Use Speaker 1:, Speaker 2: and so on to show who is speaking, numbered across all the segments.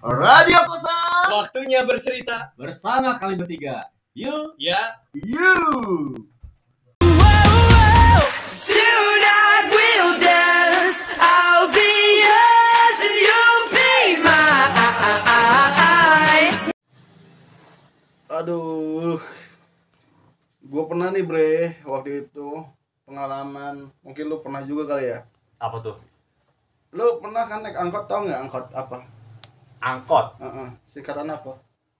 Speaker 1: Radio Kosan
Speaker 2: Waktunya bercerita.
Speaker 1: bersama kami bertiga. You,
Speaker 2: Ya,
Speaker 1: you.
Speaker 3: Tonight we'll dance. I'll be yours and you'll be mine.
Speaker 1: Aduh, gue pernah nih bre waktu itu pengalaman. Mungkin lu pernah juga kali ya.
Speaker 4: apa tuh
Speaker 1: Lu pernah kan naik angkot tau nggak angkot apa?
Speaker 4: angkot
Speaker 1: Heeh, singkatan apa?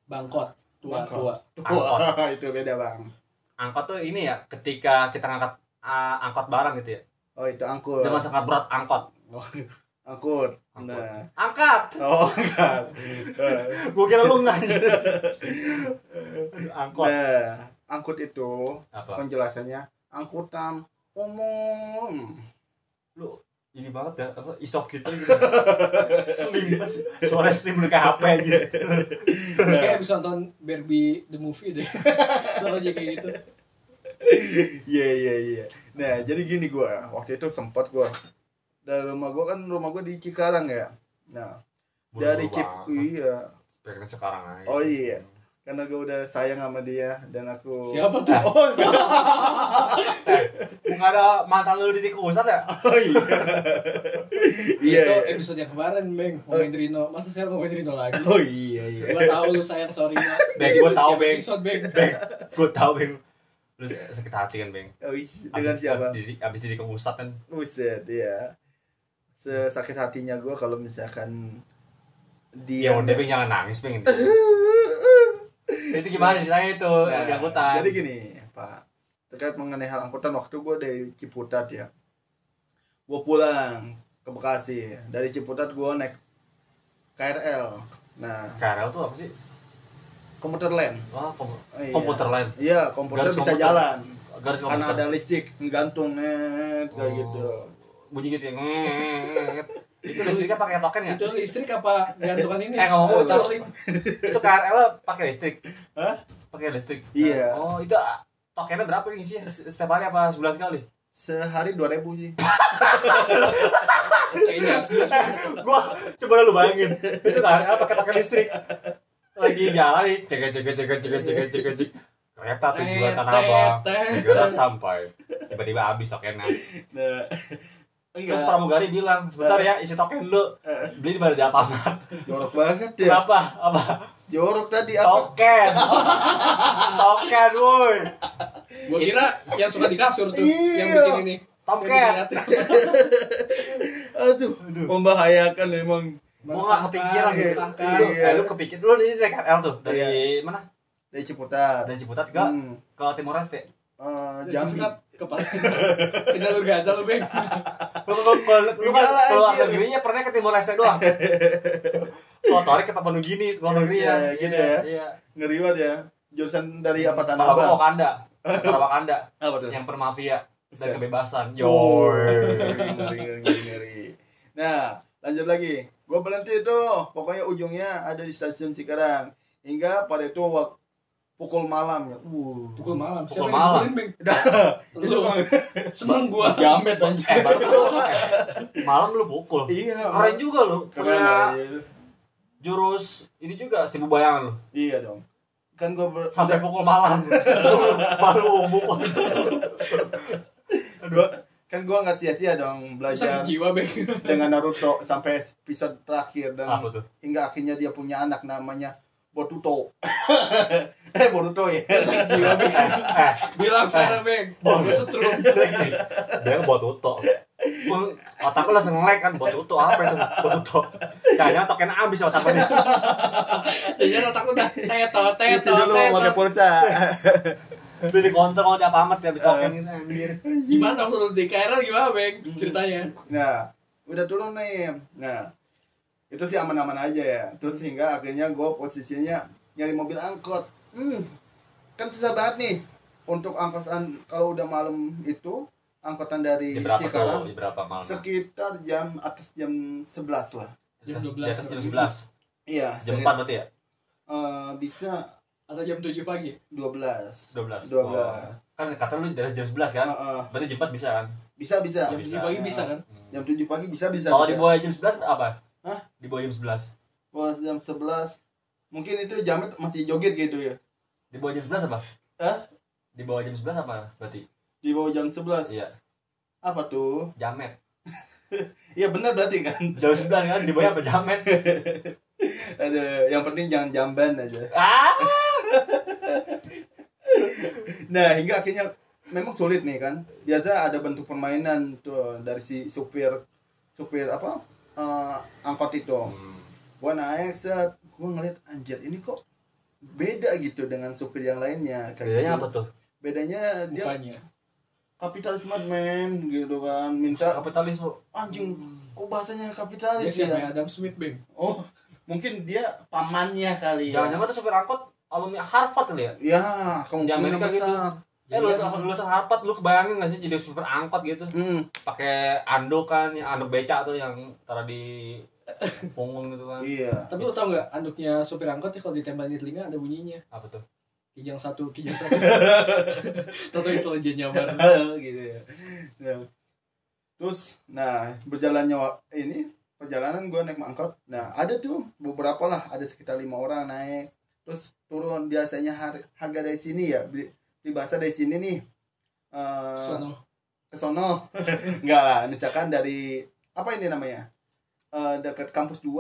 Speaker 2: bangkot. Tua,
Speaker 1: Angkot.
Speaker 2: tua.
Speaker 4: Angkot.
Speaker 1: Wah, itu beda bang.
Speaker 4: angkot tuh ini ya ketika kita ngangkat ah, angkot barang gitu ya
Speaker 1: Oh itu angkut.
Speaker 4: dengan sangat berat angkot
Speaker 1: Oh, angkut.
Speaker 4: Angkut.
Speaker 1: Nah.
Speaker 4: angkat
Speaker 1: Oh enggak.
Speaker 4: gue kira lu nggak Aduh, angkot
Speaker 1: nah, angkut itu
Speaker 4: apa
Speaker 1: penjelasannya angkutan umum.
Speaker 4: lu ini banget ya apa isok gitu gitu slim suara slim udah kayak HP aja
Speaker 2: Kayak abis nonton Barbie the movie deh. Soalnya kayak gitu.
Speaker 1: Iya iya iya. Nah jadi gini gua waktu itu sempat gua dari rumah gua kan rumah gua di Cikarang ya. Nah dari Cip iya
Speaker 4: pengen kan sekarang aja
Speaker 1: Oh, iya. karena gua udah sayang sama dia dan aku
Speaker 2: Siapa tuh?
Speaker 1: Oh, enggak.
Speaker 4: nggak ada mantan lu di tikusat ya
Speaker 1: oh iya. iya.
Speaker 2: itu
Speaker 1: iya.
Speaker 2: episode yang kemarin, Beng. Ngomongin Rino. Masa sekarang ngomongin Rino lagi?
Speaker 1: Oh iya iya.
Speaker 2: Gua tahu lu sayang sorry lah.
Speaker 4: Beng, gua tahu, Beng.
Speaker 2: Episode, Beng.
Speaker 4: beng gue tau beng lu sakit hati kan beng
Speaker 1: Abis, dengan siapa?
Speaker 4: abis, jadi- abis jadi keusat kan
Speaker 1: Buset ya. Sesakit hatinya gua kalau misalkan dia
Speaker 4: ya udah beng jangan nangis beng itu gimana ceritanya itu Oh, yang di angkutan
Speaker 1: Iya. Jadi gini, Pak. Terkait mengenai hal angkutan waktu gue dari Ciputat ya. Gue pulang ke Bekasi. Dari Ciputat gue naik KRL. Nah,
Speaker 4: KRL tuh apa sih
Speaker 1: komputer lain.
Speaker 4: Wah, kom-
Speaker 1: Oh, iya.
Speaker 4: komputer lain
Speaker 1: Iya, komputer
Speaker 4: Garis
Speaker 1: bisa
Speaker 4: komputer.
Speaker 1: jalan.
Speaker 4: garis
Speaker 1: Karena ada
Speaker 4: komputer
Speaker 1: listrik, gantung net kayak
Speaker 4: Oh.
Speaker 1: gitu.
Speaker 4: bunyi gitu ya Ngeet. itu listriknya pakai token ya
Speaker 2: Itu listrik apa gantungan ini?
Speaker 4: Eh, ngomong-ngomong,
Speaker 2: Starlink.
Speaker 4: itu KRL pakai listrik
Speaker 1: Hah?
Speaker 4: pakai listrik
Speaker 1: Iya.
Speaker 4: oh itu ah, tokennya berapa nih sih setiap hari apa sebulan sekali
Speaker 1: Sehari 2000 sih.
Speaker 2: Kayaknya harus jelas.
Speaker 4: gua coba lu bayangin itu KRL pakai token listrik lagi jalan nih cek cek cek cek cek cek cek cek kereta tujuan tanah abang segera sampai tiba-tiba habis tokennya
Speaker 1: Nah,
Speaker 4: terus
Speaker 1: enggak.
Speaker 4: pramugari bilang sebentar ya isi token lu beli di mana di Alfamart
Speaker 1: Jorok banget ya.
Speaker 4: kenapa apa
Speaker 1: Jorok tadi apa?
Speaker 4: token token woi
Speaker 2: Gua kira yang suka di kasur tuh. Yang
Speaker 1: Iya.
Speaker 2: bikin ini. Yang bikin
Speaker 4: token
Speaker 2: hati.
Speaker 1: Aduh, membahayakan memang.
Speaker 4: gua nggak kepikiran
Speaker 2: Meresahkan,
Speaker 4: gitu
Speaker 2: meresahkan.
Speaker 4: lu eh, lu kepikiran lu ini dari KRL tuh dari mana
Speaker 1: Dari Ciputat.
Speaker 4: dari Ciputat ke
Speaker 1: Hmm.
Speaker 4: ke Timor Leste
Speaker 1: Eh,
Speaker 2: Jambi
Speaker 1: Jambi.
Speaker 2: ke Palestina. Kita lu gaza lu, Beng.
Speaker 4: lu lu- lu- lu kan
Speaker 1: Gimana,
Speaker 4: keluar
Speaker 1: anjir?
Speaker 4: negerinya pernah ke Timor Leste doang kalau tarik ke Papua Nugini
Speaker 1: Iya,
Speaker 4: keluar negerinya
Speaker 1: gitu
Speaker 4: Iya,
Speaker 1: ya.
Speaker 4: iya
Speaker 1: Ngeri banget ya. Jurusan dari apa tanah
Speaker 4: kalau gua
Speaker 1: abang?
Speaker 4: Wakanda kalau Wakanda
Speaker 1: Apa tuh?
Speaker 4: yang permafia
Speaker 1: Buset.
Speaker 4: dan kebebasan
Speaker 1: Oh,
Speaker 4: yo
Speaker 1: ngeri, ngeri, ngeri, ngeri. Nah, lanjut lagi. Gue berhenti itu, pokoknya ujungnya ada di stasiun Cikarang. Hingga pada itu wak- pukul malam ya. Uh.
Speaker 2: Pukul malam. Siapa
Speaker 4: Pukul
Speaker 2: yang
Speaker 4: malam.
Speaker 2: pukulin, Beng?
Speaker 1: Dah,
Speaker 2: Lu. Seneng gua.
Speaker 1: jamet anjir.
Speaker 4: eh baru lu eh, malam lu pukul
Speaker 1: Iya.
Speaker 4: keren juga lu
Speaker 1: Keren iya.
Speaker 4: punya
Speaker 1: anjir.
Speaker 4: jurus ini juga seribu bayangan lu
Speaker 1: Iya dong. Kan gue ber
Speaker 4: sampai pukul malam baru pukul
Speaker 1: gua- kan gue nggak sia-sia dong
Speaker 2: Sakit
Speaker 1: belajar
Speaker 2: jiwa, Beng.
Speaker 1: dengan Naruto sampai episode terakhir dan
Speaker 4: apa tuh
Speaker 1: hingga akhirnya dia punya anak namanya Boruto. eh Boruto ya.
Speaker 2: Sakit jiwa, Beng.
Speaker 4: eh
Speaker 2: Bilang sana, Beng. Gua setrum.
Speaker 4: dia kan buat tuto otak lu langsung ngelek kan buat tuto apa itu buat tuto jangan token abis otak lu nih.
Speaker 2: Jadinya otak udah saya totet,
Speaker 1: Isi dulu pakai pulsa.
Speaker 4: Lu di konter kalau dia pamet ya di token gitu anjir
Speaker 2: Gimana menurut di KRL gimana, Beng?
Speaker 4: Hmm.
Speaker 2: Ceritanya.
Speaker 1: nah, udah turun nih. Nah, itu sih aman-aman aja ya. Terus hingga akhirnya gue posisinya nyari mobil angkot. Hmm, kan susah banget nih untuk angkotan kalau udah malam itu angkotan dari
Speaker 4: di berapa
Speaker 1: Cikarang
Speaker 4: tuh di berapa malam
Speaker 1: sekitar jam atas jam 11 lah.
Speaker 2: Jam
Speaker 4: Di
Speaker 2: 12.
Speaker 4: atas jam sebelas
Speaker 1: Iya,
Speaker 4: jam
Speaker 1: sekit-
Speaker 4: empat berarti ya
Speaker 1: eh, bisa
Speaker 2: Atau jam 7 pagi.
Speaker 1: 12.
Speaker 4: dua belas
Speaker 1: 12.
Speaker 4: kan kata lu dari jam sebelas kan
Speaker 1: Heeh.
Speaker 4: berarti jam empat bisa kan
Speaker 1: Bisa bisa.
Speaker 2: Jam 7 pagi bisa kan?
Speaker 1: Jam 7 pagi bisa bisa.
Speaker 4: kalau
Speaker 1: bisa.
Speaker 4: di bawah jam sebelas apa
Speaker 1: Hah?
Speaker 4: di bawah jam sebelas
Speaker 1: pas jam 11 mungkin itu jamet masih joget gitu ya
Speaker 4: Di bawah jam 11 apa?
Speaker 1: Hah?
Speaker 4: Di bawah jam 11 apa berarti?
Speaker 1: di bawah jam 11
Speaker 4: Iya,
Speaker 1: apa tuh
Speaker 4: jamet.
Speaker 1: iya benar berarti kan
Speaker 4: Jam 9 kan di bawah apa jamet?
Speaker 1: ada yang penting jangan jamban aja
Speaker 4: ah!
Speaker 1: nah hingga akhirnya memang sulit nih kan biasa ada bentuk permainan tuh dari si supir supir apa eh, angkot itu
Speaker 4: Hmm.
Speaker 1: gua naik set gua ngeliat anjir ini kok beda gitu dengan supir yang lainnya Kayak
Speaker 4: Bedanya
Speaker 1: gitu.
Speaker 4: apa tuh?
Speaker 1: bedanya dia
Speaker 2: Mukanya.
Speaker 1: kapitalis madman gitu kan minta
Speaker 4: Kapitalisme.
Speaker 1: anjing kok
Speaker 2: Dia
Speaker 1: bahasanya
Speaker 4: Iya
Speaker 1: kapitalis
Speaker 2: siapa ya?
Speaker 1: ya
Speaker 2: Adam Smith, Bang.
Speaker 1: oh mungkin dia pamannya kali ya
Speaker 4: Jangan-jangan tuh supir angkot alumni Harvard kali ya?
Speaker 1: ya
Speaker 4: Di
Speaker 1: kemungkinan
Speaker 4: Amerika
Speaker 1: besar
Speaker 4: gitu.
Speaker 1: Iya,
Speaker 4: Eh lulusan
Speaker 2: kan-
Speaker 4: lulusan Harvard lu kebayangin gak sih jadi supir angkot gitu?
Speaker 1: Hmm.
Speaker 4: Pakai anduk kan, yang anduk becak tuh yang taruh di punggung gitu kan.
Speaker 1: iya
Speaker 2: Tapi lo tau gak, anduknya sopir angkot ya kalau ditempelin di telinga ada bunyinya.
Speaker 4: Apa tuh?
Speaker 2: Kijang satu, kijang satu. Toto itu aja nyamar.
Speaker 1: gitu ya Nah. terus nah berjalannya wa- ini perjalanan gue naik angkot nah ada tuh beberapa lah ada sekitar lima orang naik terus turun biasanya har- harga dari sini ya beli, beli bahasa dari sini nih Eh,
Speaker 2: Sono.
Speaker 1: ke sono enggak lah misalkan dari apa ini namanya Eh, dekat kampus 2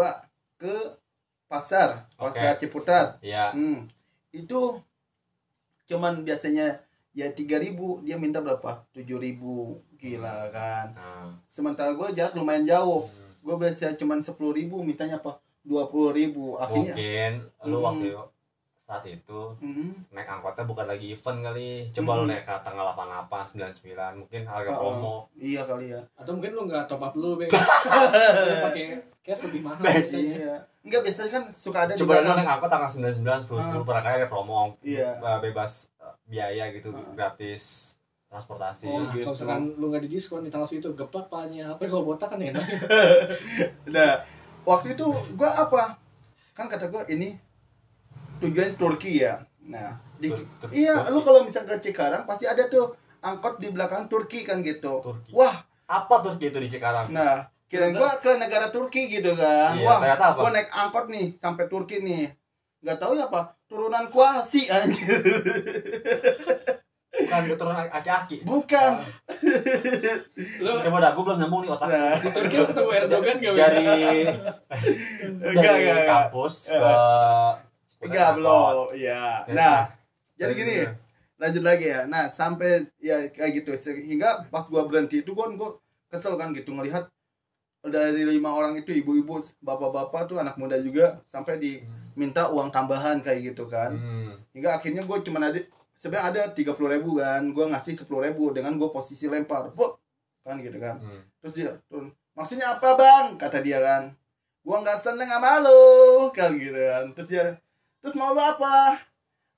Speaker 1: ke pasar pasar Ciputat
Speaker 4: Iya.
Speaker 1: Hmm. Itu cuman biasanya ya 3000, dia minta berapa? 7000. Gila kan.
Speaker 4: Nah.
Speaker 1: Sementara gue jarak lumayan jauh. Gue biasa cuman 10000, mintanya apa? 20000. Akhirnya
Speaker 4: Mungkin lu
Speaker 1: Hmm.
Speaker 4: waktu saat itu
Speaker 1: Hmm.
Speaker 4: naik angkotnya bukan lagi event kali. Coba lu
Speaker 1: Hmm.
Speaker 4: naik ke tanggal 88, 99, mungkin harga
Speaker 1: Oh,
Speaker 4: promo.
Speaker 1: Iya kali ya.
Speaker 2: Atau mungkin lo gak top up dulu, Bang. Lo pakai cash lebih mahal. biasanya.
Speaker 1: Iya. Enggak biasanya kan suka ada
Speaker 4: Coba lu
Speaker 1: belakang.
Speaker 4: naik angkot tanggal 99, 10, 10 barangkali ada promo.
Speaker 1: Iya.
Speaker 4: Eh, Bebas eh, biaya gitu,
Speaker 1: Ah.
Speaker 4: gratis transportasi. kan.
Speaker 2: Oh,
Speaker 1: gitu.
Speaker 2: kalau misalkan lu gak di diskon di tanggal segitu, geplak palanya. Apa kalau botak kan enak.
Speaker 1: Nah, waktu itu gue apa? Kan kata gue ini tujuan Turki ya. Nah, di,
Speaker 4: Tur- Tur-
Speaker 1: iya,
Speaker 4: Turki.
Speaker 1: lu kalau misalnya ke Cikarang pasti ada tuh angkot di belakang Turki kan gitu.
Speaker 4: Turki.
Speaker 1: Wah,
Speaker 4: Apa tuh gitu di Cikarang?
Speaker 1: nah kirain gua ke negara Turki gitu kan.
Speaker 4: Iya,
Speaker 1: Wah,
Speaker 4: ternyata apa?
Speaker 1: gua naik angkot nih sampai Turki nih. Gak tahu ya apa turunan kuasi anjir.
Speaker 4: Bukan keturunan aki-aki.
Speaker 1: Bukan.
Speaker 2: Lu
Speaker 4: Coba dah, gue belum nyambung nih otak.
Speaker 1: Nah,
Speaker 2: di Turki lu ketemu Erdogan gak, Bang?
Speaker 4: dari dari kampus ke
Speaker 1: Enggak
Speaker 4: angkot.
Speaker 1: belum. Iya.
Speaker 4: Ya,
Speaker 1: Nah,
Speaker 4: ya.
Speaker 1: jadi
Speaker 4: Ya,
Speaker 1: gini
Speaker 4: ya.
Speaker 1: lanjut lagi ya. Nah, sampai ya kayak gitu sehingga pas gua berhenti itu gua, gua kesel kan gitu ngelihat dari lima orang itu ibu-ibu, bapak-bapak tuh anak muda juga sampai diminta uang tambahan kayak gitu kan.
Speaker 4: Hmm.
Speaker 1: Hingga akhirnya gua cuman ada sebenarnya ada tiga ribu kan, gua ngasih sepuluh ribu dengan gua posisi lempar, Buk! kan gitu kan.
Speaker 4: Hmm.
Speaker 1: Terus dia turun. Maksudnya apa bang? Kata dia kan. Gua nggak seneng sama lu kan gitu kan. Terus dia, terus mau lu apa?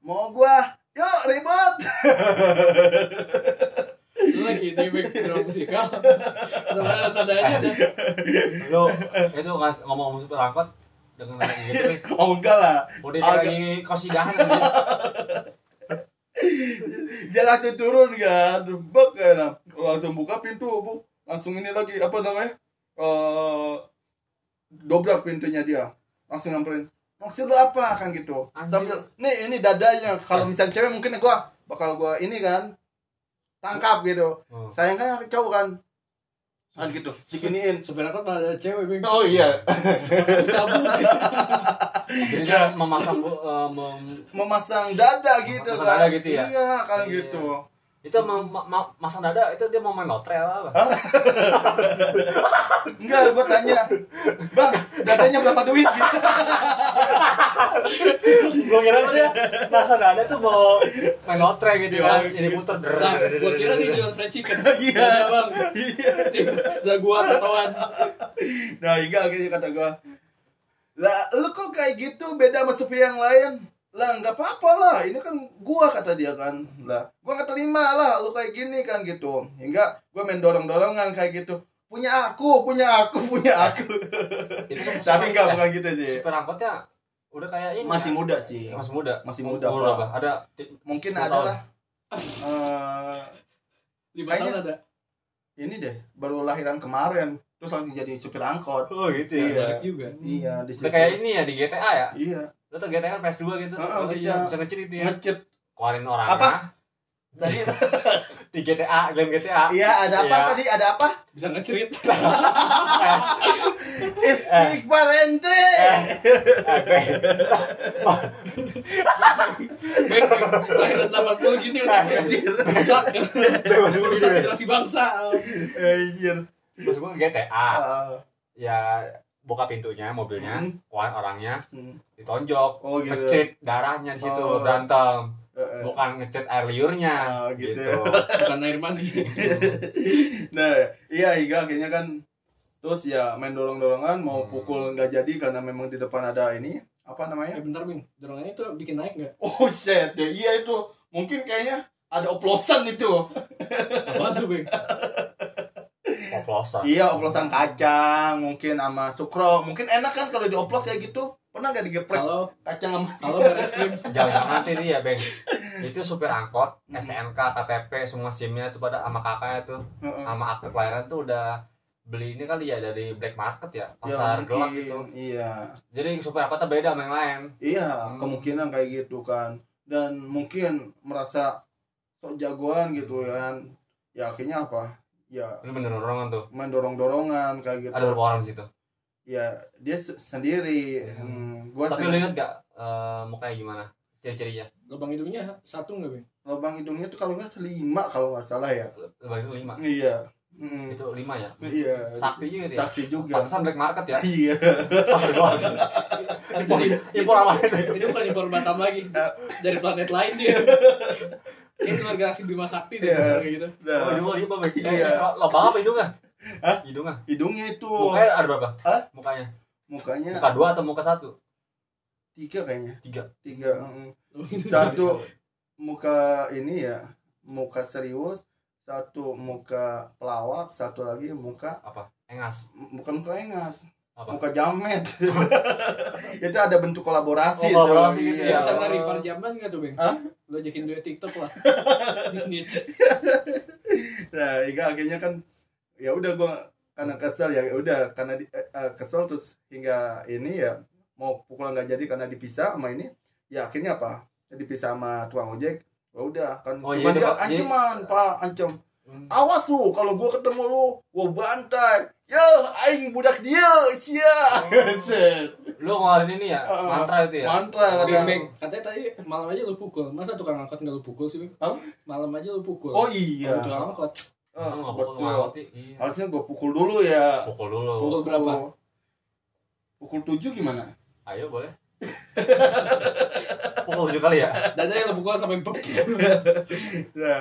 Speaker 1: Mau gua, yuk ribut.
Speaker 2: Lu lagi di background musikal. Sama ada tandanya ada.
Speaker 4: Lu itu ngas- ngomong-ngomong supir angkot dengan kayak gitu. nih.
Speaker 1: oh enggak lah.
Speaker 4: Udah
Speaker 1: Agak-
Speaker 4: lagi gitu. kosidahan aja.
Speaker 1: Dia langsung turun kan. Bek kan. Langsung buka pintu, bu. Langsung ini lagi apa namanya? Eh dobrak pintunya dia. Langsung nyamperin. Maksud lu apa kan gitu.
Speaker 4: Anjing. Eh.
Speaker 1: Sambil nih ini dadanya kalau misalnya cewek mungkin gua bakal gua ini kan tangkap gitu.
Speaker 4: Hmm.
Speaker 1: sayangnya cowok kan kan gitu diginiin
Speaker 2: Supir angkot malah ada cewek, Bang.
Speaker 1: oh iya
Speaker 2: Cabut.
Speaker 4: Jadi dia memasang bu- eh, mem-
Speaker 1: memasang dada gitu
Speaker 4: Memasang
Speaker 1: kan
Speaker 4: dada gitu ya?
Speaker 1: iya kan
Speaker 4: Iya.
Speaker 1: gitu
Speaker 4: itu mem- ma- ma- masang dada itu dia mau main lotre apa? apa?
Speaker 1: enggak gua tanya bang dadanya berapa duit gitu
Speaker 4: Gue kira tuh dia masang dada tuh mau main lotre gitu kan. Jadi muter. der-
Speaker 2: Nah,
Speaker 4: der- der-
Speaker 2: gua kira
Speaker 4: der-
Speaker 2: nih
Speaker 4: der-
Speaker 2: jualan fried chicken.
Speaker 1: Iya.
Speaker 2: Ada, Bang. Iya. Udah gua tatoan.
Speaker 1: nah hingga akhirnya kata gua lah lu kok kayak gitu beda sama supir yang lain lah nggak apa-apa lah ini kan gua kata dia kan lah gua nggak terima lah lu kayak gini kan gitu hingga gua main dorong-dorongan kayak gitu punya aku punya aku punya aku
Speaker 4: Itu supir-
Speaker 1: tapi nggak
Speaker 4: eh,
Speaker 1: bukan gitu sih
Speaker 4: Supir angkotnya udah kayak ini.
Speaker 1: masih
Speaker 4: ya.
Speaker 1: muda sih
Speaker 4: Masih muda.
Speaker 1: Masih muda, Pak.
Speaker 4: Umur berapa? Ada ti-
Speaker 1: mungkin eh,
Speaker 4: 10
Speaker 1: ada
Speaker 4: tahun.
Speaker 1: lah Eh,
Speaker 2: Lima tahun ada.
Speaker 1: ini deh baru lahiran kemarin terus langsung jadi supir angkot
Speaker 4: Oh gitu
Speaker 1: Iya.
Speaker 4: ya.
Speaker 2: Menarik juga.
Speaker 1: iya di
Speaker 4: Udah
Speaker 1: situ
Speaker 4: kayak ini ya di GTA ya.
Speaker 1: iya
Speaker 4: Lo tuh GTA kan PS2 gitu.
Speaker 1: Heeh,
Speaker 4: Oh,
Speaker 1: bisa.
Speaker 4: iya, bisa ngecit itu ya.
Speaker 1: ngecet
Speaker 4: Keluarin orangnya.
Speaker 1: ah, Apa? tadi
Speaker 4: Di GTA, game GTA.
Speaker 1: iya ada apa
Speaker 4: Iya.
Speaker 1: tadi ada apa
Speaker 2: Bisa ngecerit.
Speaker 1: Is- Iqbal ente
Speaker 4: Apa?
Speaker 2: Baik, baik. Lahiran 80 gini udah rusak.
Speaker 4: Bebas gue gitu
Speaker 2: Rusak
Speaker 4: ya.
Speaker 2: generasi bangsa.
Speaker 1: anjir
Speaker 4: Bebas gue GTA.
Speaker 1: Ah.
Speaker 4: Ya buka pintunya mobilnya, keluarin orangnya,
Speaker 1: Hmm.
Speaker 4: ditonjok,
Speaker 1: oh gitu
Speaker 4: ngecit darahnya di situ
Speaker 1: Oh.
Speaker 4: berantem.
Speaker 1: Heeh.
Speaker 4: Bukan ngecit air
Speaker 1: Oh,
Speaker 4: liurnya.
Speaker 1: gitu.
Speaker 2: Bukan air mani.
Speaker 1: nah iya hingga akhirnya kan terus ya main dorong dorongan mau
Speaker 4: Hmm.
Speaker 1: pukul nggak jadi karena memang di depan ada ini apa namanya
Speaker 2: Eh bentar, Min. Dorongannya itu bikin naik nggak?
Speaker 1: oh shit ya iya itu mungkin kayaknya ada oplosan itu
Speaker 2: Apaan tuh, Bang?
Speaker 4: Oplosan.
Speaker 1: iya oplosan kacang mungkin sama sukro mungkin enak kan kalau dioplos kayak gitu pernah nggak digeprek
Speaker 2: Kalau
Speaker 1: kacang sama
Speaker 2: kalau baris krim
Speaker 4: Jangan-jangan nanti nih ya, Beng. Itu supir angkot, STNK, KTP, semua SIM-nya tuh pada sama kakaknya tuh,
Speaker 1: Heeh.
Speaker 4: sama akte kelahiran tuh udah beli ini kali ya dari black market ya, pasar gelap
Speaker 1: mungkin.
Speaker 4: gitu.
Speaker 1: iya
Speaker 4: Jadi supir angkot tuh beda sama yang lain.
Speaker 1: Iya,
Speaker 4: Hmm.
Speaker 1: kemungkinan kayak gitu kan. Dan mungkin merasa sok jagoan gitu
Speaker 4: Hmm.
Speaker 1: kan. Ya akhirnya apa? Ya
Speaker 4: Ini bener dorongan tuh.
Speaker 1: main dorong-dorongan kayak gitu.
Speaker 4: Ada berapa orang di situ?
Speaker 1: Ya dia se- sendiri. Hmm, gua
Speaker 4: Iya. Tapi lu
Speaker 1: sendiri.
Speaker 4: inget gak eh, mukanya gimana? Ciri-cirinya?
Speaker 2: lubang hidungnya satu nggak bang
Speaker 1: Lubang hidungnya tuh kalau nggak selima kalau nggak salah ya.
Speaker 4: Lebih itu lima.
Speaker 1: Iya. Hmm,
Speaker 4: Itu lima ya?
Speaker 1: Iya.
Speaker 4: Sakti juga dia.
Speaker 1: Sakti juga.
Speaker 4: Pantesan black market ya?
Speaker 1: Iya.
Speaker 4: Pasar gelap. Impor,
Speaker 1: ya,
Speaker 4: impor apa itu?
Speaker 2: itu bukan impor batam lagi dari planet lain dia itu generasi bima sakti deh
Speaker 1: Iya.
Speaker 2: kayak gitu
Speaker 4: Oh,
Speaker 1: Nah,
Speaker 4: hidungnya lima, Bang.
Speaker 1: Iya.
Speaker 4: Eh, Lobang apa hidungnya?
Speaker 1: Hah?
Speaker 4: Hidungnya?
Speaker 1: hidungnya itu
Speaker 4: Mukanya ada berapa?
Speaker 1: Hah?
Speaker 4: Mukanya?
Speaker 1: mukanya
Speaker 4: Muka dua atau muka satu?
Speaker 1: tiga kayaknya.
Speaker 4: Tiga.
Speaker 1: Tiga. hmm. Satu muka ini ya muka serius satu muka pelawak satu lagi muka
Speaker 4: Apa? Engas.
Speaker 1: bukan muka engas
Speaker 4: Apa?
Speaker 1: muka jamet itu ada bentuk kolaborasi
Speaker 4: Oh, kolaborasi
Speaker 1: tuh,
Speaker 4: gitu
Speaker 1: iya.
Speaker 4: ya.
Speaker 2: bisa nari par jamban nggak tuh bang
Speaker 1: Hah?
Speaker 2: lo ajakin duet tiktok lah di snitch
Speaker 1: nah hingga akhirnya kan ya udah gua karena kesel ya udah karena di- eh, eh, kesel terus hingga ini ya mau pukulan nggak jadi karena dipisah sama ini ya akhirnya apa dipisah sama tukang ojek ya udah kan
Speaker 4: Oh,
Speaker 1: cuman
Speaker 4: iya,
Speaker 1: dia
Speaker 4: Pak. Jadi-
Speaker 1: ancaman pak ancam awas lu kalau gua ketemu lu gua bantai yo aing budak dia sia Set.
Speaker 4: Lu ngeluarin ini ya?
Speaker 1: Heeh.
Speaker 4: Mantra itu ya?
Speaker 1: mantra
Speaker 2: bang
Speaker 1: kadang
Speaker 2: bang katanya tadi malam aja lu pukul masa tukang angkot nggak lu pukul sih bang
Speaker 1: Apa?
Speaker 2: malam aja lu pukul
Speaker 1: oh iya
Speaker 2: Kalau tukang angkot
Speaker 1: Ah,
Speaker 4: Masa lu nggak pukul
Speaker 1: betul.
Speaker 4: ngawat sih? Iya.
Speaker 1: harusnya gua pukul dulu ya
Speaker 4: Pukul dulu.
Speaker 2: Pukul berapa?
Speaker 1: pukul tujuh gimana
Speaker 4: Ayo boleh. Pukul tujuh kali ya?
Speaker 2: dan aja lu pukul sampai bek
Speaker 1: Iya. ya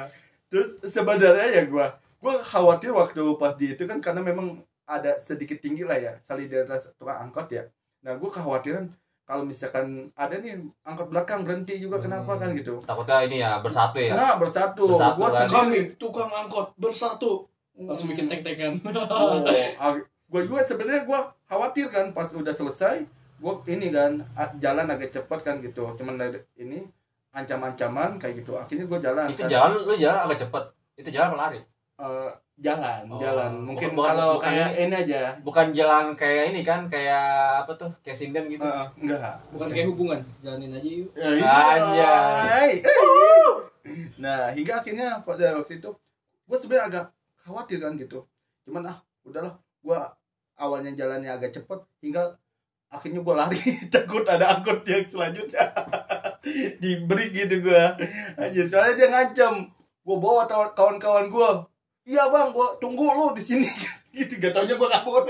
Speaker 1: terus sebenarnya ya gua gua khawatir waktu pas di itu kan karena memang ada sedikit tinggi lah ya solidaritas tukang angkot ya nah gua kekhawatiran kalau misalkan ada nih angkot belakang berhenti juga kenapa
Speaker 4: Hmm.
Speaker 1: kan gitu
Speaker 4: Takutnya ini ya, bersatu ya?
Speaker 1: nah bersatu,
Speaker 4: Bersatu
Speaker 1: gua
Speaker 4: kan.
Speaker 1: sendiri
Speaker 2: kami tukang angkot bersatu langsung bikin teng-tengan
Speaker 1: gue Oh, ah, juga sebenarnya gue khawatir kan pas udah selesai gue ini kan a- jalan agak cepat kan gitu cuman dari ini ancam-ancaman kayak gitu akhirnya gue jalan
Speaker 4: Itu
Speaker 1: kan.
Speaker 4: jalan, lu jalan agak cepet. Itu jalan apa lari?
Speaker 1: Eh, jalan
Speaker 4: Oh.
Speaker 1: jalan mungkin
Speaker 4: Bukan-
Speaker 1: kalau
Speaker 4: bukan
Speaker 1: kayak ini aja
Speaker 4: Bukan jalan kayak ini kan, kayak apa tuh? Kayak sinden gitu.
Speaker 1: eh, enggak
Speaker 2: bukan kayak hubungan jalanin aja yuk
Speaker 1: Ya,
Speaker 4: Anjay.
Speaker 1: nah hingga akhirnya pada waktu itu gue sebenarnya agak khawatir kan gitu cuman ah udahlah gue awalnya jalannya agak cepet hingga akhirnya gue lari takut ada angkot yang selanjutnya diberi gitu gue anjir soalnya dia ngancam gue bawa tawa- kawan-kawan gue iya bang gue tunggu lo di sini gitu gak taunya gue kabur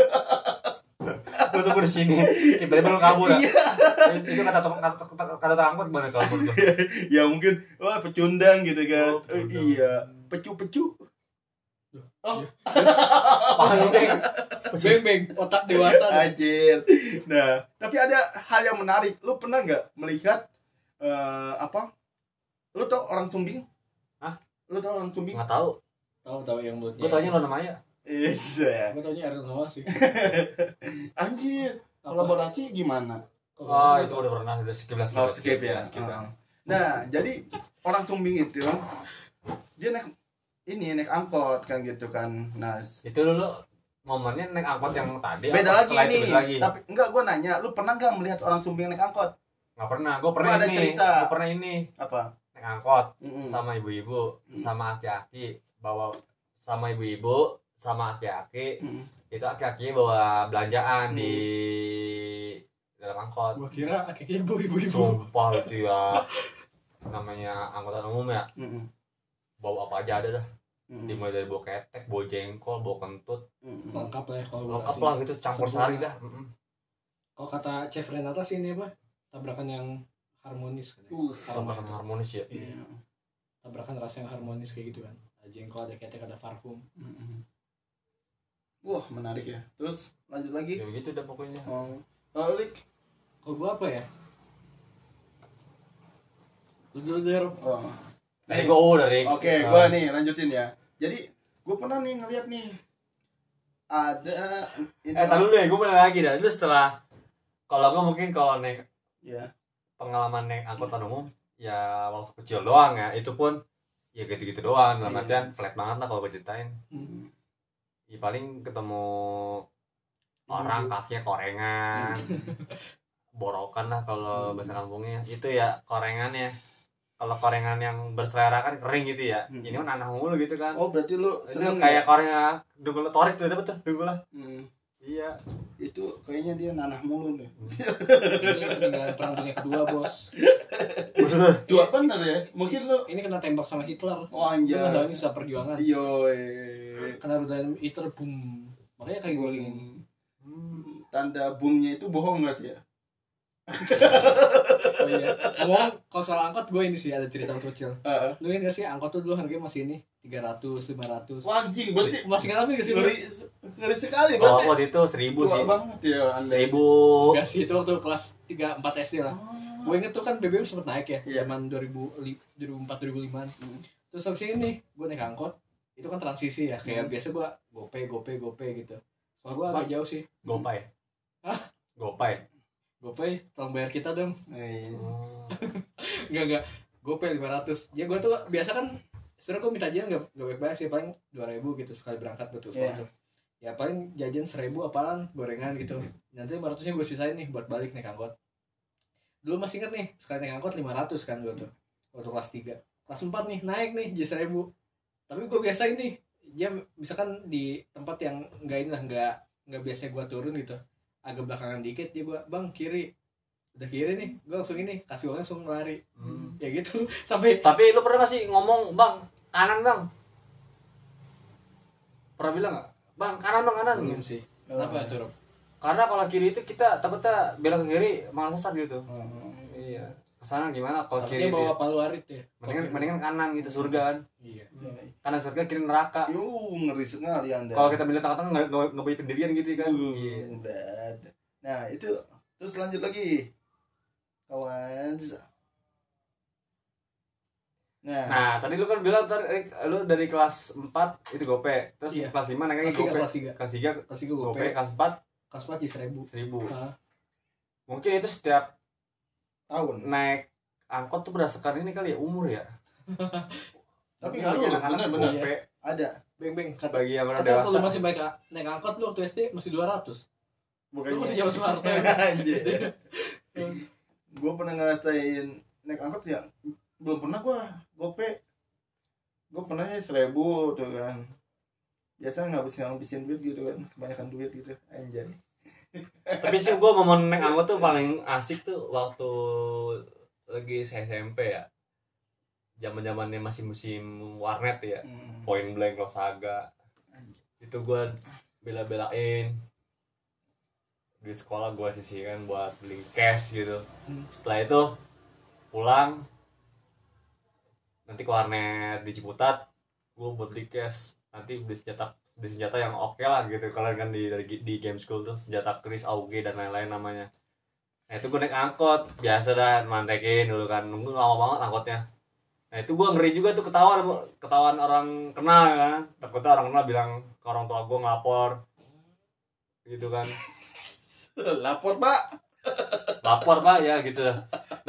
Speaker 4: Gua tunggu di sini. Tiba-tiba lu kabur. ya?
Speaker 1: Eh. iya
Speaker 4: Itu kata kata kata kata angkot gimana kalau menurut lu?
Speaker 1: ya mungkin wah pecundang gitu kan
Speaker 4: Oh, pecundang.
Speaker 1: Eh, iya pecu-pecu
Speaker 4: Paham sih, Beng?
Speaker 2: bang bang otak dewasa
Speaker 1: Anjir. Nah, tapi ada hal yang menarik. Lu pernah nggak melihat eh, apa? Lu tau orang sumbing?
Speaker 4: Hah?
Speaker 1: Lu tau orang sumbing?
Speaker 4: Nggak tahu.
Speaker 2: tahu tahu yang buat
Speaker 4: Gue taunya lo namanya.
Speaker 1: Yes.
Speaker 2: Gue taunya Ariel Noah sih.
Speaker 1: Iya. Anjir.
Speaker 2: Apa?
Speaker 1: Kolaborasi gimana?
Speaker 4: Oh, itu udah pernah udah skip lah.
Speaker 1: Oh, skip ya.
Speaker 4: Skip lah.
Speaker 1: Nah, jadi orang sumbing itu dia naik ini naik angkot kan gitu kan. Nah, s-
Speaker 4: Itu dulu momennya naik angkot yang tadi
Speaker 1: beda lagi
Speaker 4: apa setelah itu
Speaker 1: nih
Speaker 4: beda lagi
Speaker 1: tapi enggak gue nanya lu pernah nggak melihat orang sumbing naik angkot
Speaker 4: nggak pernah gue pernah
Speaker 1: Gua ada
Speaker 4: ini
Speaker 1: cerita. Hmm.
Speaker 4: gue pernah ini
Speaker 1: apa
Speaker 4: naik angkot
Speaker 1: Mm-mm.
Speaker 4: sama ibu-ibu
Speaker 1: Hmm.
Speaker 4: sama aki-aki bawa sama ibu-ibu sama aki-aki
Speaker 1: Mm-mm.
Speaker 4: itu aki-aki bawa belanjaan
Speaker 1: Hmm.
Speaker 4: di dalam angkot
Speaker 2: Gua kira akhirnya ibu ibu
Speaker 1: Hmm.
Speaker 2: ibu.
Speaker 4: sumpah itu ya namanya angkutan umum ya
Speaker 1: Mm-mm.
Speaker 4: bawa apa aja ada dah
Speaker 1: Mm-mm.
Speaker 4: dimulai dari bawa ketek bawa jengkol bawa kentut
Speaker 1: Mm-mm.
Speaker 2: Lengkap lah ya kalau
Speaker 4: lengkap lah gitu campur
Speaker 2: Sempurna.
Speaker 4: sari dah Mm-mm.
Speaker 2: Kalau kata Chef Renata sih ini apa? Tabrakan yang harmonis. katanya.
Speaker 1: Uh,
Speaker 4: tambahkan harmonis ya
Speaker 2: Iya. Tabrakan rasa yang harmonis kayak gitu kan. Ada jengkol, ada ketek, ada parfum.
Speaker 1: Mm-mm. wah menarik ya terus lanjut lagi
Speaker 4: ya begitu dah pokoknya
Speaker 1: oh oh, Lik.
Speaker 2: Kalau gua apa ya? Lu dulu deh, Rob.
Speaker 1: Oh.
Speaker 4: dari gue dari
Speaker 1: Oke,
Speaker 4: Nah,
Speaker 1: gua nih lanjutin ya. Jadi, gua pernah nih ngeliat nih ada ini
Speaker 4: eh tadi dulu ya gue mulai lagi dah itu setelah kalau gue mungkin kalau naik
Speaker 1: ya.
Speaker 4: pengalaman naik angkutan umum ya waktu kecil doang ya itu pun ya gitu-gitu doang dalam
Speaker 1: Iya.
Speaker 4: artian flat banget lah kalau gue ceritain
Speaker 2: Hmm.
Speaker 4: ya paling ketemu orang kakinya korengan borokan lah
Speaker 1: Hmm.
Speaker 4: kalau bahasa kampungnya itu ya korengannya kalau korengan yang berselera kan kering gitu ya
Speaker 1: Hmm.
Speaker 4: ini kan anak mulu gitu kan
Speaker 1: Oh, berarti lu
Speaker 4: itu
Speaker 1: seneng ya?
Speaker 4: kayak korengan dungkul torik tuh dapet tuh dungkul lah
Speaker 1: Hmm,
Speaker 4: iya
Speaker 1: itu kayaknya dia nanah mulu nih.
Speaker 2: Ini peninggalan perang dunia kedua, Bos.
Speaker 1: Dua bener ya? Mungkin lu
Speaker 2: Ini kena tembak sama Hitler.
Speaker 1: oh
Speaker 2: Itu
Speaker 4: Iya.
Speaker 1: anjay.
Speaker 2: ngedalamin sisa perjuangan.
Speaker 1: Yoi.
Speaker 2: Kena rudal Hitler, boom. Makanya kayak gua gini.
Speaker 4: Hmm.
Speaker 1: Tanda boomnya itu bohong berarti ya?
Speaker 2: Oh iya. Ngomong kalau soal angkot gue ini sih ada cerita waktu kecil.
Speaker 4: Eh,
Speaker 1: Heeh.
Speaker 2: Lu ingat gak sih angkot tuh dulu harganya masih ini 300, 500.
Speaker 1: Anjing, berarti
Speaker 2: Masih ngalamin gak sih?
Speaker 1: ngeri, ngeri sekali
Speaker 4: kalau
Speaker 1: berarti.
Speaker 4: Eh, waktu itu seribu
Speaker 1: Tua
Speaker 4: Oh, iya sih
Speaker 1: banget ya Anda.
Speaker 4: seribu
Speaker 2: Gak sih itu waktu kelas 3 4 SD lah. Gue inget tuh kan BBM sempet naik ya,
Speaker 1: Oh. Iya.
Speaker 2: zaman 2000 li- 2004 2005.
Speaker 1: Hmm.
Speaker 2: Terus habis ini gue naik angkot, itu kan transisi ya, kayak
Speaker 1: Hmm.
Speaker 2: biasa gue gope gope gope gitu. Kalau gue agak jauh sih,
Speaker 4: gopay
Speaker 2: Hah?
Speaker 4: gopay
Speaker 2: gope tolong bayar kita dong.
Speaker 1: Eh,
Speaker 2: Enggak enggak. Gope 500. Ya gue tuh biasa kan sebenarnya gue minta jajan enggak enggak baik banget sih paling 2000 gitu sekali berangkat betul sekolah
Speaker 1: Iya.
Speaker 2: tuh. Ya paling jajan 1000 apalan gorengan gitu. Nanti 500-nya gue sisain nih buat balik naik angkot. Dulu masih inget nih, sekali naik angkot 500 kan gue tuh. Waktu kelas 3. Kelas 4 nih naik nih jadi 1000. Tapi gue biasain nih, dia misalkan di tempat yang enggak ini lah enggak enggak biasa gue turun gitu. Agak belakangan dikit dia gue, "Bang, kiri." Udah kiri nih, gue langsung ini kasih uangnya langsung lari
Speaker 4: Hmm.
Speaker 2: ya gitu sampai
Speaker 4: Tapi lu pernah gak sih ngomong, bang, kanan bang? Pernah bilang gak? Bang, kanan bang, kanan.
Speaker 2: belum sih kenapa tuh Rob?
Speaker 4: Karena kalau kiri itu kita takutnya belok ke kiri malah sesat gitu. Iya. Kesana gimana kalau
Speaker 2: Takutnya
Speaker 4: kiri?
Speaker 2: bawa
Speaker 4: dia-
Speaker 2: paluarit ya
Speaker 4: Mendingan,
Speaker 2: Oke.
Speaker 4: mendingan kanan gitu surga kan.
Speaker 2: iya
Speaker 1: eh.
Speaker 4: Kanan surga kiri neraka.
Speaker 1: Yuh, ngeri sekali Anda.
Speaker 4: Kalau kita bilang tengah-tengah nggak nggak- nggak boleh pendirian gitu kan.
Speaker 1: Uh,
Speaker 4: Iya.
Speaker 1: udah ada. Nah, itu terus lanjut lagi. Kawan. Nah,
Speaker 4: Nah, tadi lu kan bilang tadi lu dari kelas 4 itu gope. Terus
Speaker 2: Iya.
Speaker 4: kelas 5 naiknya
Speaker 2: kelas tiga
Speaker 4: gope.
Speaker 2: kelas tiga
Speaker 4: Kelas 3
Speaker 2: kelas tiga gue
Speaker 4: gope, kelas 4
Speaker 2: kelas empat di seribu
Speaker 4: 1000.
Speaker 2: Ah,
Speaker 4: Mungkin itu setiap
Speaker 1: tahun.
Speaker 4: naik angkot tuh berdasarkan ini kali ya umur ya
Speaker 1: Tapi
Speaker 4: Mungkin
Speaker 1: ngaruh
Speaker 4: bagi
Speaker 1: loh,
Speaker 4: anak-anak
Speaker 1: bener-bener.
Speaker 4: gope,
Speaker 1: Ada.
Speaker 2: beng beng kata
Speaker 4: bagi yang udah
Speaker 2: kata kalau
Speaker 4: dewasa
Speaker 2: lu masih naik naik angkot lu waktu SD masih 200
Speaker 1: Bukan
Speaker 2: lu masih jauh Soeharto ya.
Speaker 1: gitu. Anjir. Gue pernah ngerasain naik angkot ya. Belum pernah gua gope. Gue pernahnya seribu tuh kan. Biasanya ngabisin ngabisin duit gitu kan, kebanyakan duit gitu. Anjay.
Speaker 4: tapi sih gue momen naik angkot tuh paling asik tuh waktu lagi SMP ya zaman zamannya masih musim warnet ya
Speaker 1: Hmm.
Speaker 4: point blank losaga itu gue bela belain duit sekolah gue sisihkan buat beli cash gitu setelah itu pulang nanti ke warnet di Ciputat gue buat beli cash nanti beli senjata beli senjata yang oke lah gitu kalian kan di dari, di game school tuh senjata Chris Auge dan lain-lain namanya nah itu gue naik angkot biasa dan mantekin dulu kan nunggu lama banget angkotnya nah itu gue ngeri juga tuh ketahuan ketahuan orang kenal kan takutnya orang kenal bilang ke orang tua gue ngelapor gitu kan
Speaker 1: Lapor, Pak.
Speaker 4: lapor pak ya gitu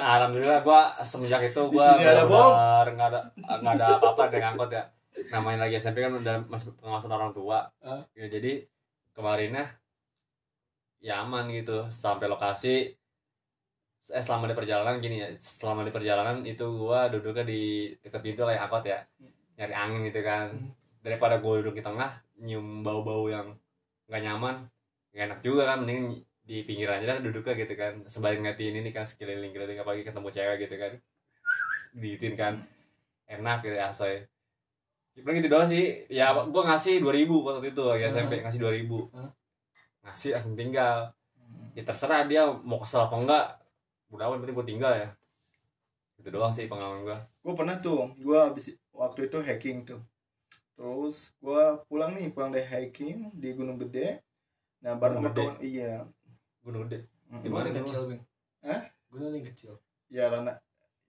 Speaker 4: nah alhamdulillah gua semenjak itu gua
Speaker 1: sini ada bom.
Speaker 4: benar-benar nggak ada nggak ada apa-apa dengan angkot ya namanya lagi SMP kan udah masih pengawasan orang tua
Speaker 2: Ah.
Speaker 4: ya, jadi kemarinnya ya aman gitu sampai lokasi eh selama di perjalanan gini ya selama di perjalanan itu gua duduknya di dekat pintu lah yang angkot ya
Speaker 1: Hmm.
Speaker 4: nyari angin gitu kan
Speaker 2: Hmm.
Speaker 4: daripada gua duduk di tengah nyium bau-bau yang nggak nyaman nggak enak juga kan mending di pinggir aja lah duduknya gitu kan sembari ngatiin ini kan sekeliling keliling apalagi ketemu cewek gitu kan diitin kan enak gitu asoy Cuman gitu doang sih ya gua ngasih 2000 waktu itu ya SMP ngasih 2000
Speaker 2: Hmm.
Speaker 4: ngasih langsung tinggal ya terserah dia mau kesel apa enggak budawan penting gue tinggal ya itu doang sih pengalaman gue
Speaker 1: gue pernah tuh gue habis waktu itu hiking tuh terus gue pulang nih pulang dari hiking di Gunung Gede nah bareng
Speaker 4: Gunung
Speaker 1: sama
Speaker 4: Gede.
Speaker 1: kawan iya
Speaker 4: gunung gede
Speaker 1: Mm-mm.
Speaker 4: Gimana
Speaker 2: Gunung
Speaker 4: tuh?
Speaker 2: kecil, Bing.
Speaker 1: Hah?
Speaker 2: Gunung yang kecil.
Speaker 1: ya karena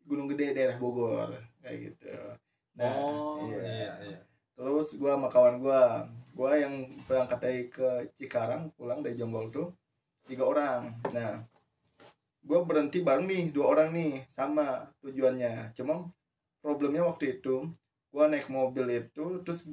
Speaker 1: Gunung Gede daerah Bogor kayak gitu nah iya.
Speaker 4: iya
Speaker 1: terus gue sama kawan gue gue yang berangkat dari ke Cikarang pulang dari Jonggol tuh tiga orang nah gue berhenti bareng nih dua orang nih sama tujuannya cuma problemnya waktu itu gue naik mobil itu terus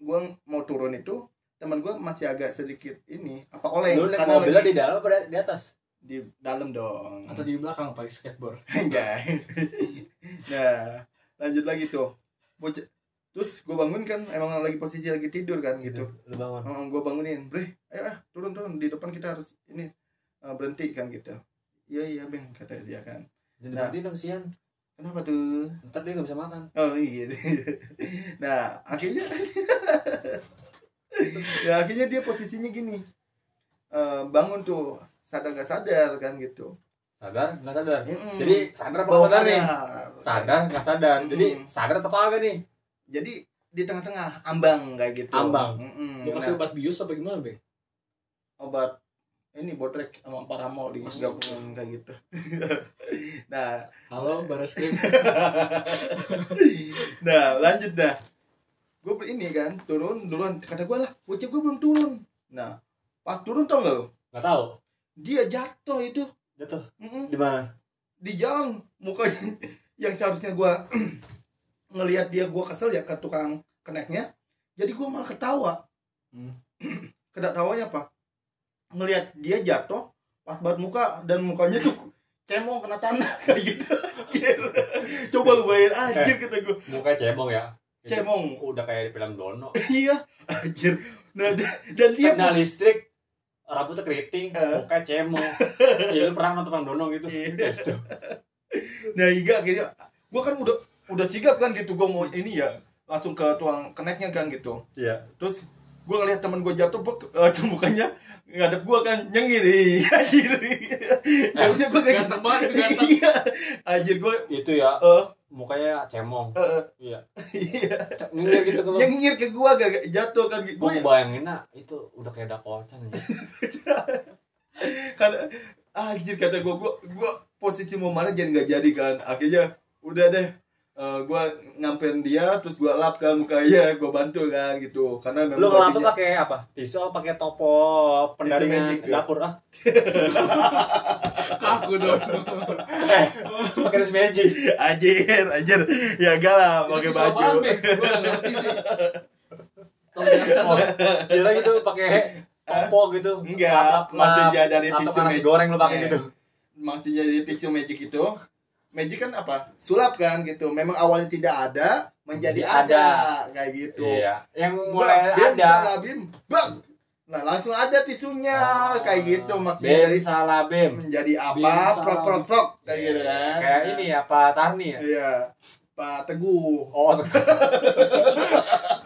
Speaker 1: gue mau turun itu teman gue masih agak sedikit ini apa oleng
Speaker 4: lu naik
Speaker 1: karena
Speaker 4: mobilnya
Speaker 1: lagi
Speaker 4: di dalam apa di atas
Speaker 1: di dalam dong
Speaker 2: Atau di belakang pakai skateboard.
Speaker 1: Anjay. nah, lanjut lagi tuh. Bocah- Terus gue bangun kan, emang lagi posisi lagi tidur kan gitu.
Speaker 4: lu bangun
Speaker 1: gue bangunin, bre, ayo ah, turun turun di depan kita harus ini eh, berhenti kan gitu. Iya iya bang kata dia kan.
Speaker 4: jadi
Speaker 1: Nah.
Speaker 4: berhenti dong sian
Speaker 1: Kenapa tuh?
Speaker 4: ntar dia gak bisa makan
Speaker 1: Oh iya. nah akhirnya, ya akhirnya dia posisinya gini, Eh, bangun tuh sadar gak sadar kan gitu.
Speaker 4: sadar nggak sadar
Speaker 1: Mm-mm.
Speaker 4: Hmm. jadi sadar apa nggak
Speaker 1: Bawah
Speaker 4: sadar nih
Speaker 1: sadar.
Speaker 4: sadar nggak sadar jadi
Speaker 1: Mm.
Speaker 4: sadar atau kagak nih
Speaker 1: jadi di tengah-tengah ambang kayak gitu
Speaker 4: Ambang.
Speaker 1: Mm-mm.
Speaker 2: Mau kasih
Speaker 1: Nah,
Speaker 2: obat bius apa gimana, Bing?
Speaker 1: obat ini botrek sama paramol di
Speaker 2: Maksudnya?
Speaker 1: gabungan kayak gitu nah
Speaker 2: Halo, baris krim.
Speaker 1: nah lanjut dah gue ini kan turun duluan kata gue lah bocah gue belum turun nah pas turun tau gak lo
Speaker 4: nggak tahu
Speaker 1: dia jatuh itu
Speaker 4: jatuh
Speaker 1: Mm-mm.
Speaker 4: di mana
Speaker 1: di jalan mukanya yang seharusnya gue ngelihat dia gue kesel ya ke tukang keneknya jadi gue malah ketawa
Speaker 2: Hmm.
Speaker 1: ketawanya apa ngelihat dia jatuh pas banget muka dan mukanya tuh cemong kena tanah kayak gitu Anjir. coba lu bayangin anjir kata gue
Speaker 4: mukanya cebong ya Itu
Speaker 1: cemong
Speaker 4: udah kayak di film Dono
Speaker 1: iya anjir nah da- dan dia
Speaker 4: kena listrik rambutnya keriting
Speaker 1: Eh.
Speaker 4: mukanya cebong ya lu pernah nonton film Dono gitu Gitu.
Speaker 1: nah hingga akhirnya gue kan udah udah sigap kan gitu gue mau ini ya langsung ke tuang keneknya kan gitu
Speaker 4: iya
Speaker 1: terus gue ngeliat temen gue jatuh bek, langsung mukanya ngadep gue kan nyengir ih, anjir harusnya gue kayak
Speaker 2: Ganteng banget tuh, ganteng.
Speaker 1: iya anjir gue
Speaker 4: itu ya
Speaker 1: eh
Speaker 4: mukanya cemong
Speaker 1: eh,
Speaker 4: iya
Speaker 1: iya
Speaker 4: ngeliat gitu kalau
Speaker 1: nyengir ke gue gak jatuh kan
Speaker 4: gue
Speaker 1: gue
Speaker 4: bayangin nah itu udah kayak dakotan aja
Speaker 1: kan anjir kata gue gue gue posisi mau marah jadi nggak jadi kan akhirnya udah deh eh, gue nyamperin dia terus gue lap kan mukanya gue bantu kan gitu karena memang
Speaker 4: lu ngelap
Speaker 1: bajunya-
Speaker 4: pakai apa pisau pakai topo pendaringan
Speaker 1: magic tuh.
Speaker 4: dapur ah
Speaker 2: Aku dong.
Speaker 4: eh pakai tes magic
Speaker 1: anjir anjir ya galah
Speaker 2: Itu
Speaker 1: pakai
Speaker 2: susah banget,
Speaker 1: baju
Speaker 2: Bing. Gua nggak ngerti sih. Tolong jelaskan
Speaker 4: oh,
Speaker 2: dong.
Speaker 4: kira gitu pakai topo gitu
Speaker 1: Enggak,
Speaker 4: Lap-lap,
Speaker 1: masih
Speaker 4: lap.
Speaker 1: jadi
Speaker 4: Atau
Speaker 1: tisu
Speaker 4: panas
Speaker 1: magic.
Speaker 4: goreng lu pakai
Speaker 1: Iya.
Speaker 4: gitu
Speaker 1: masih jadi tisu magic itu magic kan apa sulap kan gitu memang awalnya tidak ada menjadi
Speaker 4: Jadi
Speaker 1: ada.
Speaker 4: ada.
Speaker 1: kayak gitu
Speaker 4: iya yang
Speaker 1: Bak,
Speaker 4: mulai
Speaker 1: bim,
Speaker 4: ada
Speaker 1: salah, bim, bak. nah langsung ada tisunya kayak gitu maksudnya
Speaker 4: Ah, bim
Speaker 1: jadi
Speaker 4: salah bim Iya.
Speaker 1: menjadi apa
Speaker 2: Bim, salah,
Speaker 1: prok prok
Speaker 2: Bim.
Speaker 1: prok kayak gitu kan
Speaker 4: kayak ini ya pak Tarni ya
Speaker 1: iya Pak Teguh
Speaker 4: oh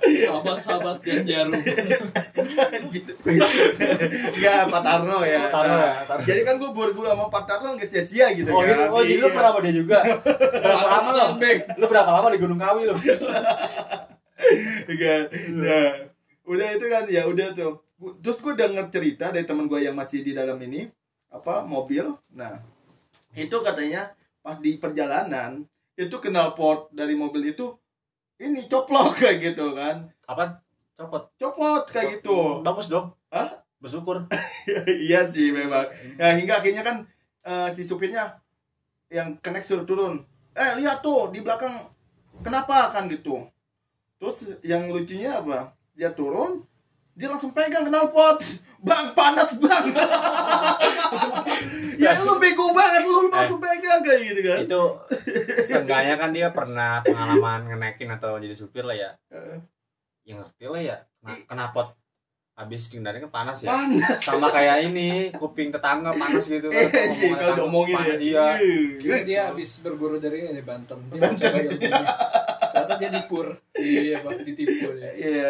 Speaker 2: Sahabat-sahabat yang jarum.
Speaker 1: Enggak Pak Tarno ya
Speaker 4: Pak Tarno ya,
Speaker 1: Nah,
Speaker 4: Tarno.
Speaker 1: jadi kan gue berguru sama Pak Tarno nggak sia-sia gitu
Speaker 4: Oh,
Speaker 1: kan
Speaker 4: gitu. oh jadi lu
Speaker 1: Iya.
Speaker 4: pernah sama dia juga? berapa lama lo?
Speaker 2: Pantesan, Bing.
Speaker 4: Lu berapa lama di Gunung Kawi lu?
Speaker 1: Iya. Nah, udah itu kan ya udah tuh. Gu- Terus gue denger cerita dari teman gue yang masih di dalam ini apa mobil. Nah, itu katanya pas di perjalanan itu kenal pot dari mobil itu ini coplok kayak gitu kan.
Speaker 4: Apa? Copot.
Speaker 1: Copot kayak gitu.
Speaker 4: Bagus dong.
Speaker 1: Hah?
Speaker 4: Bersyukur.
Speaker 1: iya sih memang. Nah, hingga akhirnya kan eh, si supirnya yang connect suruh turun. Eh, lihat tuh di belakang kenapa kan gitu. Terus yang lucunya apa? Dia turun dia langsung pegang knalpot bang panas bang ya lu bego banget lu langsung
Speaker 4: Eh.
Speaker 1: pegang kayak gitu kan
Speaker 4: itu seenggaknya kan dia pernah pengalaman ngenekin atau jadi supir lah ya
Speaker 1: Eh,
Speaker 4: yang ngerti lah ya Kena- kenapot habis kendaraannya kan panas ya
Speaker 1: panas
Speaker 4: sama kayak ini kuping tetangga panas gitu
Speaker 1: eh
Speaker 4: kan
Speaker 1: anjing,
Speaker 4: Omongan
Speaker 1: kalau
Speaker 4: tetangga
Speaker 1: diomongin
Speaker 4: panas,
Speaker 1: ya
Speaker 4: iya.
Speaker 2: Kira dia habis berguru dari ini Banten. Dia mau coba ilmunya. Ternyata dia dipur. Iya, Pak, ditipu dia.
Speaker 1: iya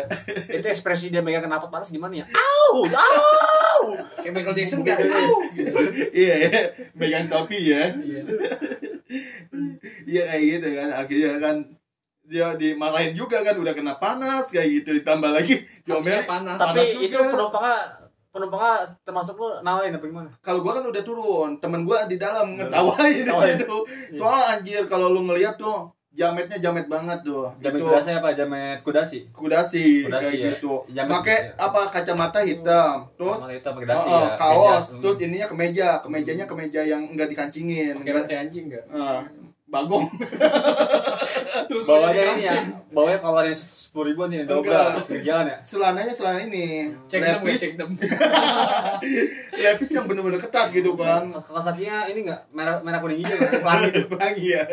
Speaker 4: itu ekspresi dia megang kenapot panas gimana ya au au
Speaker 2: Kayak Michael Jackson enggak tahu gitu.
Speaker 1: iya iya megang topi ya
Speaker 2: Iya.
Speaker 1: Iya kayak gitu kan akhirnya kan dia dimarahin juga kan udah kena panas kayak gitu ditambah lagi
Speaker 2: Dia
Speaker 1: diomelin
Speaker 2: panas.
Speaker 4: Iya. tapi
Speaker 1: Panas juga.
Speaker 4: itu penumpangnya penumpangnya termasuk lu nawain apa gimana
Speaker 1: kalau gua kan udah turun temen gua di dalam ngetawain di
Speaker 4: Oh, iya.
Speaker 1: situ soalnya anjir kalau lu ngeliat tuh jametnya jamet banget tuh
Speaker 4: jamet
Speaker 1: Itu
Speaker 4: kudasi apa jamet kudasi
Speaker 1: kudasi,
Speaker 4: Kudasi,
Speaker 1: kayak
Speaker 4: ya.
Speaker 1: gitu
Speaker 4: Jamet,
Speaker 1: pakai
Speaker 4: ya.
Speaker 1: apa kacamata hitam terus
Speaker 4: Sama itu sama kudasi
Speaker 1: oh, oh,
Speaker 4: ya
Speaker 1: kaos
Speaker 4: Meja. Hmm.
Speaker 1: terus ininya kemeja kemejanya kemeja yang enggak
Speaker 2: Pakai
Speaker 1: dikancingin enggak
Speaker 2: rantai anjing enggak?
Speaker 1: Ah, bagong
Speaker 2: Terus
Speaker 4: bawahnya
Speaker 2: banyak
Speaker 4: ini ya bawahnya kalau yang sepuluh ribuan yang
Speaker 1: Enggak.
Speaker 4: dobrak di jalan ya
Speaker 1: celananya celana ini
Speaker 2: Cek dem, ya,
Speaker 1: lepis
Speaker 2: cek dem.
Speaker 1: lepis yang bener-bener ketat gitu kan
Speaker 4: kelasatnya ini enggak merah merah kuning hijau kan? pelangi tuh
Speaker 1: Pelangi ya.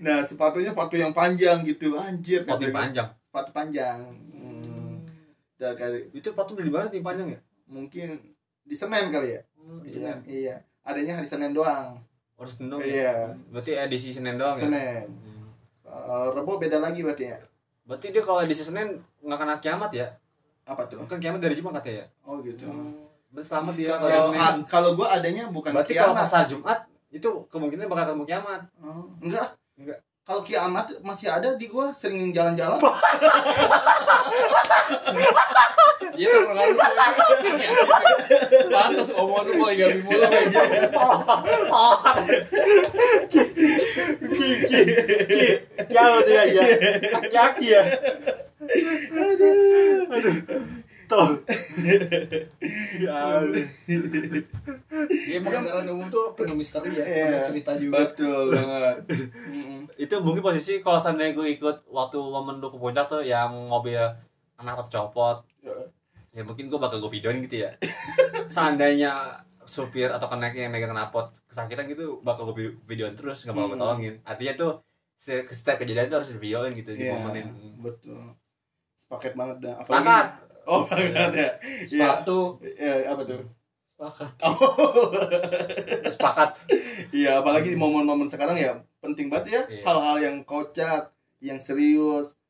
Speaker 1: Nah, sepatunya sepatu yang panjang gitu, anjir.
Speaker 4: Sepatu
Speaker 1: katanya.
Speaker 4: panjang
Speaker 1: Sepatu panjang. Hmm. Dan kali-
Speaker 4: itu sepatu beli di mana tim panjang ya
Speaker 1: mungkin di Semen kali ya?
Speaker 4: di sini
Speaker 1: Iya. Iya. Adanya hari Senin doang.
Speaker 4: harus Senin doang ya?
Speaker 1: Iya.
Speaker 4: berarti edisi Senin doang ya
Speaker 1: Senin.
Speaker 4: Hmm.
Speaker 1: Eh, Rebo beda lagi berarti ya.
Speaker 4: berarti dia kalau edisi Senin nggak kena kiamat ya
Speaker 1: Apa tuh?
Speaker 4: kan kiamat dari Jumat katanya ya
Speaker 1: Oh gitu.
Speaker 4: berarti selamat dia Iya, kalau
Speaker 1: Kalau
Speaker 4: Senin.
Speaker 1: sa- kalau gua adanya bukan
Speaker 4: berarti kalau
Speaker 1: kiamat.
Speaker 4: pasar Jumat itu kemungkinan bakal ketemu kiamat
Speaker 1: Oh, enggak.
Speaker 4: Enggak.
Speaker 1: Kalau kiamat masih ada di gua sering jalan-jalan.
Speaker 2: Dia terpengaruh sama Pantas omongan lu poligami mulu Iya, aja.
Speaker 4: kiamat ya ya kaki ya aduh aduh
Speaker 2: Dia emang kendaraan umum tuh penuh misteri ya.
Speaker 1: Iya.
Speaker 2: Penuh cerita juga.
Speaker 1: Betul banget. Mm-mm.
Speaker 4: itu mungkin posisi kalau seandainya gue ikut waktu momen lu ke puncak tuh yang mobil kenapa copot ya mungkin gue bakal gue videoin gitu ya seandainya supir atau keneknya yang megang knalpot kesakitan gitu bakal gue vi- videoin terus nggak bakal gue
Speaker 1: Hmm.
Speaker 4: tolongin artinya tuh setiap, setiap kejadian tuh harus di videoin gitu di
Speaker 1: Iya,
Speaker 4: momenin
Speaker 1: betul. Sepaket banget dah. Apalagi-
Speaker 4: sepakat
Speaker 1: Oh, sepakat ya. Iya.
Speaker 2: Sepatu.
Speaker 1: Iya, apa tuh? Oh,
Speaker 2: Pakai.
Speaker 4: sepakat
Speaker 1: Iya, apalagi di momen-momen sekarang ya penting banget ya
Speaker 4: Iya.
Speaker 1: hal-hal yang kocak, yang serius,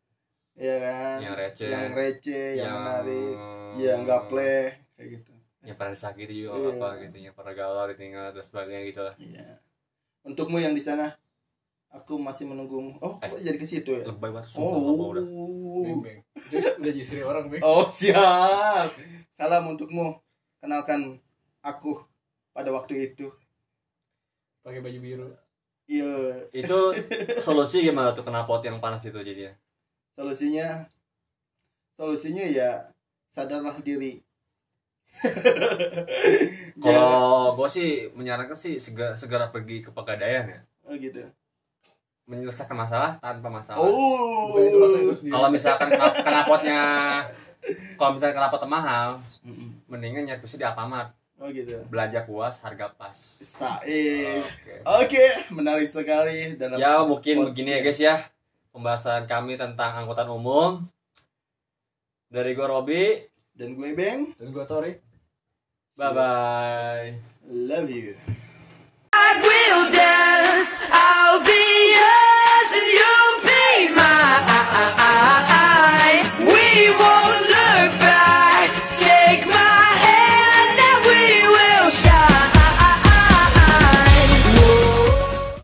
Speaker 1: ya kan?
Speaker 4: yang receh
Speaker 1: Yang receh, yang,
Speaker 4: Ya
Speaker 1: Iya, menarik, yang nggak pleh, kayak gitu.
Speaker 4: yang pernah disakiti juga
Speaker 1: Iya.
Speaker 4: apa Ya gitu yang pernah galau ditinggal dan sebagainya gitu lah
Speaker 1: Iya. Untukmu yang di sana, aku masih menunggu. Oh, kok jadi ke situ ya?
Speaker 4: lebay banget Eh. sumpah nggak mau
Speaker 1: Oh.
Speaker 4: udah
Speaker 2: Beng, beng. Terus udah jadi orang, Beng.
Speaker 1: Oh, siap. Salam untukmu. Kenalkan aku pada waktu itu.
Speaker 2: Pakai baju biru.
Speaker 1: Iya.
Speaker 4: itu solusi gimana tuh knalpot yang panas itu ya? jadinya
Speaker 1: solusinya solusinya ya sadarlah diri Jangan-
Speaker 4: Kalau gue sih menyarankan sih segera, segera pergi ke pegadaian ya.
Speaker 1: oh gitu
Speaker 4: Menyelesaikan masalah tanpa masalah.
Speaker 1: oh
Speaker 2: Bukan itu rasanya itu sendiri.
Speaker 4: Kalau misalkan kena- kenapotnya kalau misalkan kenapotnya mahal,
Speaker 1: Mm-mm.
Speaker 4: mendingan nyari pusat di Alfamart.
Speaker 1: oh gitu
Speaker 4: Belanja puas, harga pas.
Speaker 1: saif
Speaker 4: Oke.
Speaker 1: oke menarik sekali dalam
Speaker 4: Ya mungkin begini ya guys ya. Pembahasan kami tentang angkutan umum. Dari gue Robi.
Speaker 1: dan gue beng
Speaker 2: Dan gua Tori.
Speaker 4: Bye-bye.
Speaker 1: love you